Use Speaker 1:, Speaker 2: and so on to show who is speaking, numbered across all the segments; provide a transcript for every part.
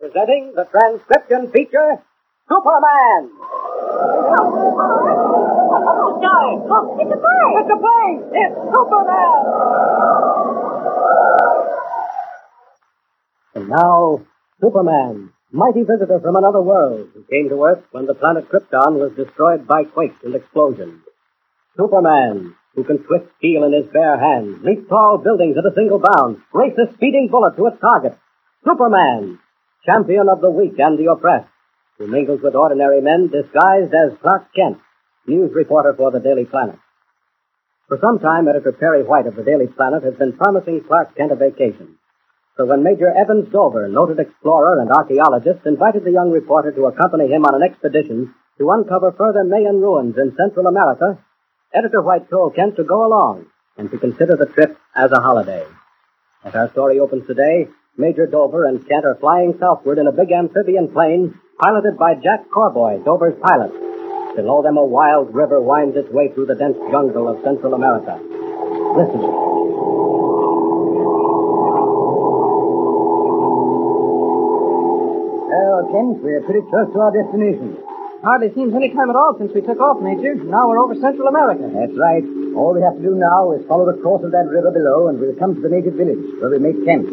Speaker 1: Presenting the transcription feature, Superman!
Speaker 2: Oh, darn! Oh, it's a bird!
Speaker 1: It's a plane! It's Superman! And now, Superman, mighty visitor from another world who came to Earth when the planet Krypton was destroyed by quakes and explosions. Superman, who can twist steel in his bare hands, leap tall buildings at a single bound, race a speeding bullet to its target. Superman, champion of the weak and the oppressed, who mingles with ordinary men disguised as Clark Kent, news reporter for the Daily Planet. For some time, editor Perry White of the Daily Planet has been promising Clark Kent a vacation. So when Major Evans Dover, noted explorer and archaeologist, invited the young reporter to accompany him on an expedition to uncover further Mayan ruins in Central America, editor White told Kent to go along and to consider the trip as a holiday. As our story opens today, Major Dover and Kent are flying southward in a big amphibian plane piloted by Jack Corboy, Dover's pilot. Below them, a wild river winds its way through the dense jungle of Central America. Listen.
Speaker 3: Well, Kent, we're pretty close to our destination.
Speaker 1: Hardly seems any time at all since we took off, Major. Now we're over Central America.
Speaker 3: That's right. All we have to do now is follow the course of that river below, and we'll come to the native village where we make camp.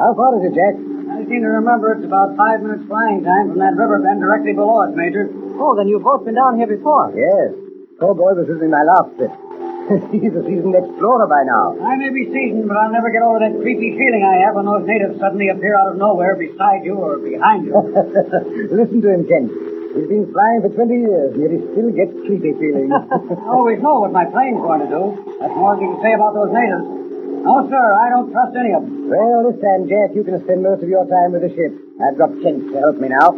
Speaker 3: How far is it, Jack?
Speaker 1: I seem to remember it's about five minutes flying time from that river bend directly below us, Major. Oh, then you've both been down here before.
Speaker 3: Oh, Yes. Cowboy was with me my last trip. He's a seasoned explorer by now.
Speaker 1: I may be seasoned, but I'll never get over that creepy feeling I have when those natives suddenly appear out of nowhere beside you or behind you.
Speaker 3: Listen to him, Kent. He's been flying for 20 years, and yet he still gets creepy feelings.
Speaker 1: I always know what my plane's going to do. That's more than you can say about those natives. No, sir, I don't trust any of them.
Speaker 3: well, this time, Jack, you can spend most of your time with the ship. I've got Kent to help me now.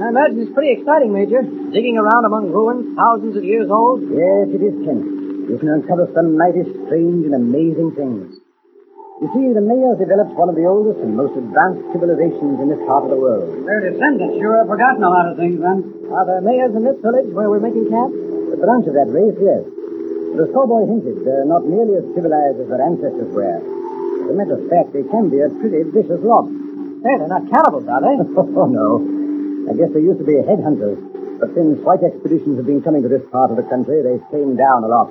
Speaker 1: I imagine it's pretty exciting, Major. Digging around among ruins thousands of years old.
Speaker 3: Yes, it is, Kent. You can uncover some mighty strange and amazing things. You see, the Mayas developed one of the oldest and most advanced civilizations in this part of the world.
Speaker 1: Their descendants sure have forgotten a lot of things then. Are there mayors in this village where we're making camp?
Speaker 3: A branch of that race, yes. But as Cowboy hinted, they're not nearly as civilized as their ancestors were. As a matter of fact, they can be a pretty vicious lot.
Speaker 1: Hey, they're not cannibals, are they?
Speaker 3: oh, no. I guess they used to be headhunters. But since white expeditions have been coming to this part of the country, they've tamed down a lot.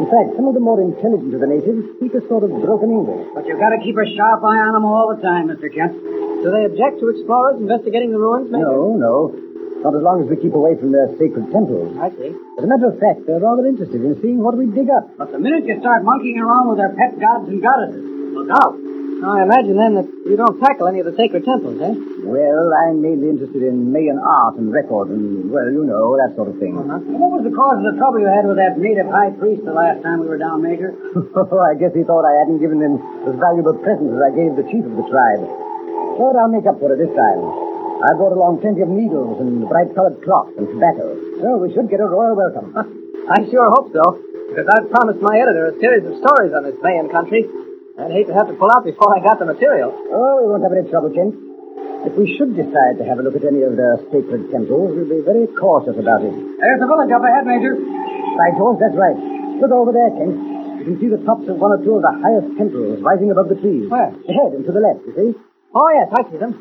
Speaker 3: In fact, some of the more intelligent of the natives speak a sort of broken English.
Speaker 1: But you've got to keep a sharp eye on them all the time, Mr. Kent. Do they object to explorers investigating the ruins,
Speaker 3: No, no. Not as long as we keep away from their sacred temples.
Speaker 1: I see.
Speaker 3: As a matter of fact, they're rather interested in seeing what we dig up.
Speaker 1: But the minute you start monkeying around with their pet gods and goddesses, look out. Now, I imagine then that you don't tackle any of the sacred temples, eh?
Speaker 3: Well, I'm mainly interested in Mayan art and records and, well, you know, that sort of thing.
Speaker 1: Uh-huh. What was the cause of the trouble you had with that native high priest the last time we were down, Major?
Speaker 3: oh, I guess he thought I hadn't given him as valuable presents as I gave the chief of the tribe. But I'll make up for it this time. I brought along plenty of needles and bright-colored cloth and tobacco, so we should get a royal welcome.
Speaker 1: I sure hope so, because I've promised my editor a series of stories on this Mayan country. I'd hate to have to pull out before I got the material.
Speaker 3: Oh, we won't have any trouble, Kent. If we should decide to have a look at any of their sacred temples, we'll be very cautious about it.
Speaker 1: There's the village up ahead, Major.
Speaker 3: By George, that's right. Look over there, Kent. You can see the tops of one or two of the highest temples rising above the trees.
Speaker 1: Where?
Speaker 3: Ahead and to the left, you see?
Speaker 1: Oh, yes, I see them.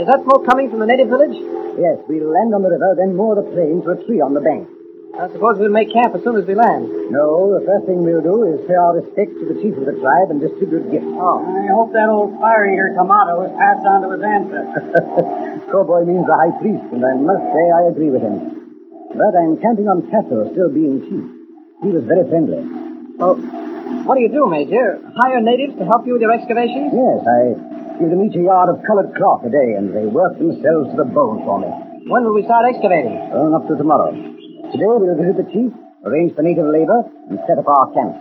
Speaker 1: Is that smoke coming from the native village?
Speaker 3: Yes, we'll land on the river, then moor the plane to a tree on the bank.
Speaker 1: I suppose we'll make camp as soon as we land.
Speaker 3: No, the first thing we'll do is pay our respects to the chief of the tribe and distribute gifts.
Speaker 1: Oh. I hope that old fire eater Kamado was passed on to his ancestors.
Speaker 3: Cowboy means the high priest, and I must say I agree with him. But I'm counting on Castro still being chief. He was very friendly.
Speaker 1: Well, Oh, what do you do, Major? Hire natives to help you with your excavations?
Speaker 3: Yes, I give them each a yard of colored cloth a day, and they work themselves to the bone for me.
Speaker 1: When will we start excavating?
Speaker 3: Well, up to tomorrow. Today we'll visit the chief, arrange for native labor, and set up our camp.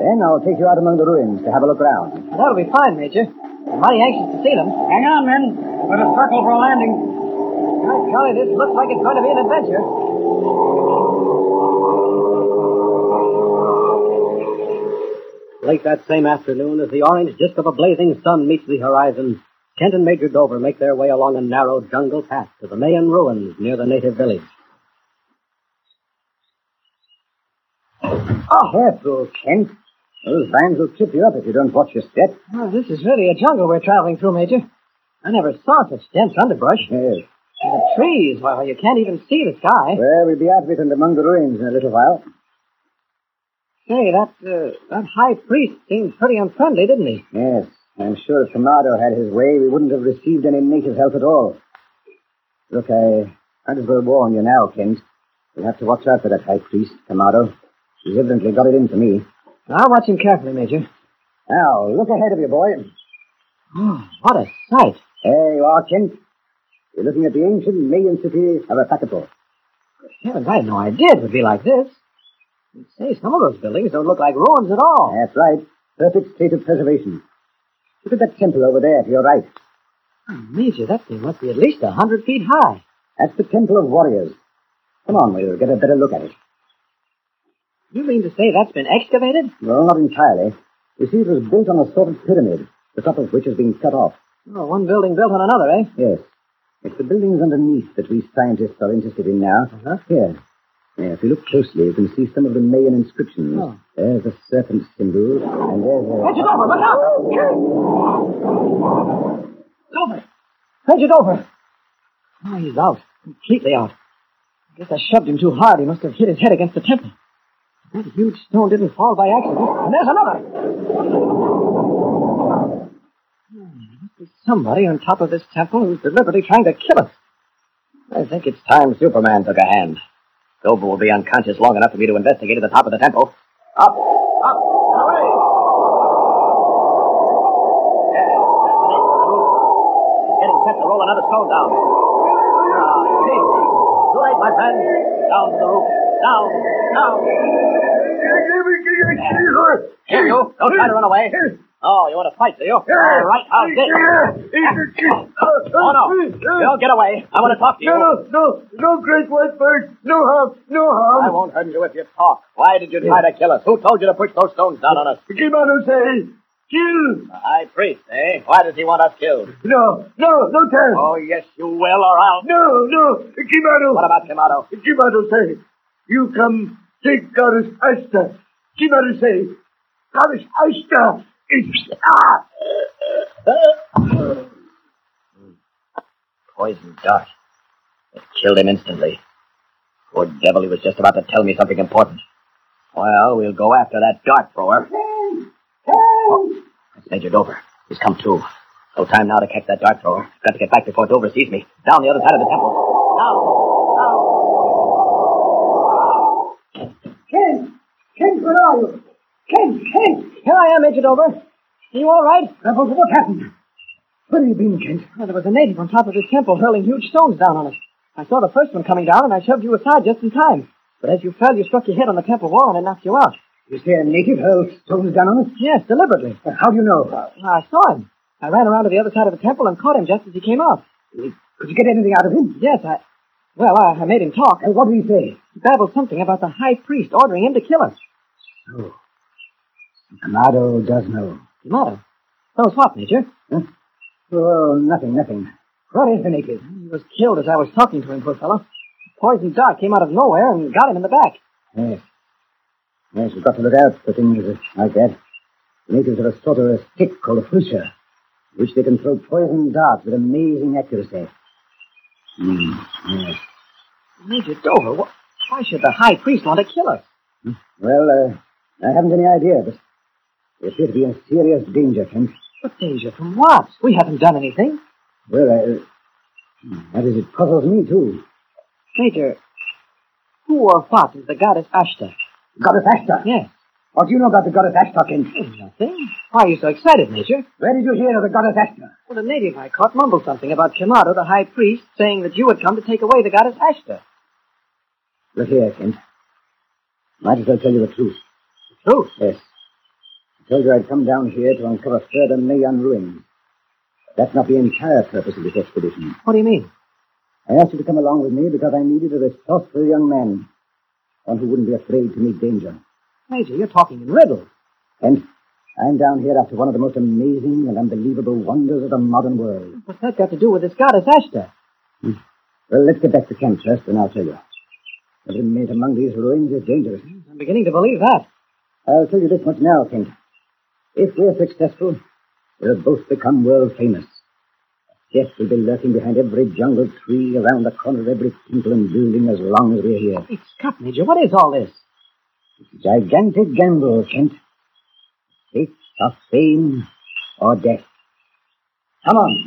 Speaker 3: Then I'll take you out among the ruins to have a look around.
Speaker 1: That'll be fine, Major. I'm mighty anxious to see them. Hang on, men. We're in a circle for a landing. My golly, this looks like it's going to be an adventure. Late that same afternoon, as the orange disk of a blazing sun meets the horizon, Kent and Major Dover make their way along a narrow jungle path to the Mayan ruins near the native village. Ah,
Speaker 3: Careful, Kent. Those vines will trip you up if you don't watch your step.
Speaker 1: Ah, this is really a jungle we're traveling through, Major. I never saw such dense underbrush.
Speaker 3: Yes.
Speaker 1: And The trees, well, you can't even see the sky.
Speaker 3: Well, we'll be out of it and among the ruins in a little while.
Speaker 1: Say, that, uh, that high priest seemed pretty unfriendly, didn't he?
Speaker 3: Yes. I'm sure if Tornado had his way, we wouldn't have received any native help at all. Look, I might as well warn you now, Kent. We'll have to watch out for that high priest, Kamado. He's evidently got it in for me.
Speaker 1: I'll watch him carefully, Major.
Speaker 3: Now, look ahead of you, boy.
Speaker 1: Oh, what a sight.
Speaker 3: There you are, Kent. You're looking at the ancient Mayan city of Apakapo.
Speaker 1: Heavens, I had no idea it would be like this. And say, some of those buildings don't look like ruins at all.
Speaker 3: That's right. Perfect state of preservation. Look at that temple over there to your right.
Speaker 1: Oh, Major, that thing must be at least a hundred feet high.
Speaker 3: That's the Temple of Warriors. Come on, we'll get a better look at it.
Speaker 1: You mean to say that's been excavated?
Speaker 3: Well, not entirely. You see, it was built on a sort of pyramid, the top of which has been cut off.
Speaker 1: Oh, one building built on another, eh?
Speaker 3: Yes. It's the buildings underneath that we scientists are interested in now.
Speaker 1: Uh-huh.
Speaker 3: Here. Yeah, if you look closely, you can see some of the Mayan inscriptions.
Speaker 1: Oh.
Speaker 3: There's a serpent symbol, and there's
Speaker 1: Hedge it over, look out! Over! Hedge it over! Oh, he's out. Completely out. I guess I shoved him too hard. He must have hit his head against the temple. That huge stone didn't fall by accident. And there's another! Hmm, There's somebody on top of this temple who's deliberately trying to kill us. I think it's time Superman took a hand. Gober will be unconscious long enough for me to investigate at the top of the temple. Up! Up! Away! Yes, that's the name of the roof. He's getting set to roll another stone down. Ah, hey. Too late, my friend. Down to the roof. Down, down. Here, you. Don't try to run away. Oh, you want to fight, do you? All right, I'll dig. Oh, no. No, get away. I want to talk to you.
Speaker 4: No, no, no, great white bird. No harm, no
Speaker 1: I
Speaker 4: harm.
Speaker 1: won't hurt you if you talk. Why did you try to kill us? Who told you to push those stones down on us?
Speaker 4: Kimano say, kill.
Speaker 1: The high priest, eh? Why does he want us killed?
Speaker 4: No, no, no tell.
Speaker 1: Oh, yes, you will, or I'll.
Speaker 4: No, no, Kimano.
Speaker 1: What about Kamado?
Speaker 4: Kimano say, you come take Goddess Asta. Kimano say, Goddess Asta is... Ah!
Speaker 1: Uh, Poison dart. It killed him instantly. Poor devil, he was just about to tell me something important. Well, we'll go after that dart thrower. Oh, that's Major Dover. He's come to. No time now to catch that dart thrower. Got to get back before Dover sees me. Down the other side of the temple.
Speaker 4: Ken, Ken, where are you? Ken, Ken.
Speaker 1: Here I am, Major Dover. Are you all right?
Speaker 4: What, what happened? Where have you been, Kent?
Speaker 1: Well, there was a native on top of this temple hurling huge stones down on us. I saw the first one coming down, and I shoved you aside just in time. But as you fell, you struck your head on the temple wall, and it knocked you out.
Speaker 3: a... You see a native hurl stones down on us?
Speaker 1: Yes, deliberately.
Speaker 3: How do you know?
Speaker 1: Ah, I saw him. I ran around to the other side of the temple and caught him just as he came out.
Speaker 3: Could you get anything out of him?
Speaker 1: Yes, I. Well, I, I made him talk.
Speaker 3: And what did he say?
Speaker 1: He babbled something about the high priest ordering him to kill us.
Speaker 3: Kamado does know.
Speaker 1: Yamato. Those what, Major?
Speaker 3: Oh, nothing, nothing. What is the native?
Speaker 1: He was killed as I was talking to him, poor fellow. Poison dart came out of nowhere and got him in the back.
Speaker 3: Yes. Yes, we've got to look out for things like that. The natives have a sort of a stick called a fusha, which they can throw poison darts with amazing accuracy. Hmm, yes.
Speaker 1: Major Dover, wh- why should the high priest want to kill us?
Speaker 3: Well, uh, I haven't any idea, but we appear to be in serious danger, Kent.
Speaker 1: But danger from what? We haven't done anything.
Speaker 3: Well, uh, hmm, that is, it puzzles me, too.
Speaker 1: Major, who or what is the goddess Ashta?
Speaker 3: Goddess Ashtar?
Speaker 1: Yes.
Speaker 3: What do you know about the Goddess Ashtar, Kent?
Speaker 1: Nothing. Why are you so excited, Major?
Speaker 3: Where did you hear of the Goddess Ashtar?
Speaker 1: Well, the native I caught mumbled something about Shimado, the high priest, saying that you had come to take away the goddess Ashta.
Speaker 3: Look here, Kent. Might as well tell you the truth.
Speaker 1: Truth.
Speaker 3: Yes. I told you I'd come down here to uncover further Mayan ruins. But That's not the entire purpose of this expedition.
Speaker 1: What do you mean?
Speaker 3: I asked you to come along with me because I needed a resourceful young man. One who wouldn't be afraid to meet danger.
Speaker 1: Major, you're talking in riddles.
Speaker 3: And I'm down here after one of the most amazing and unbelievable wonders of the modern world.
Speaker 1: What's that got to do with this goddess Ashta?
Speaker 3: Well, let's get back to camp first, and I'll tell you. Every minute among these ruins is dangerous.
Speaker 1: I'm beginning to believe that.
Speaker 3: I'll tell you this much now, Kent. If we're successful, we'll both become world famous. A
Speaker 5: Yes, we've been lurking behind every jungle tree, around the corner of every tinkle and building as long as we're here.
Speaker 3: It's cut, Major. What is all this?
Speaker 5: Gigantic gamble, Kent. Stakes of fame or death. Come on.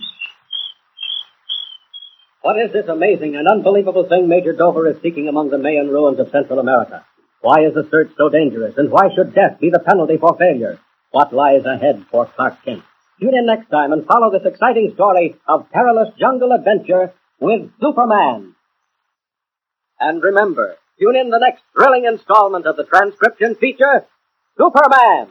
Speaker 3: What is this amazing and unbelievable thing Major Dover is seeking among the Mayan ruins of Central America? Why is the search so dangerous, and why should death be the penalty for failure? What lies ahead for Clark Kent? Tune in next time and follow this exciting story of perilous jungle adventure with Superman. And remember, tune in the next thrilling installment of the transcription feature, Superman.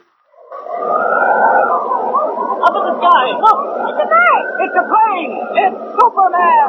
Speaker 6: Up in the sky. Look, it's a bird.
Speaker 3: It's a plane! It's Superman!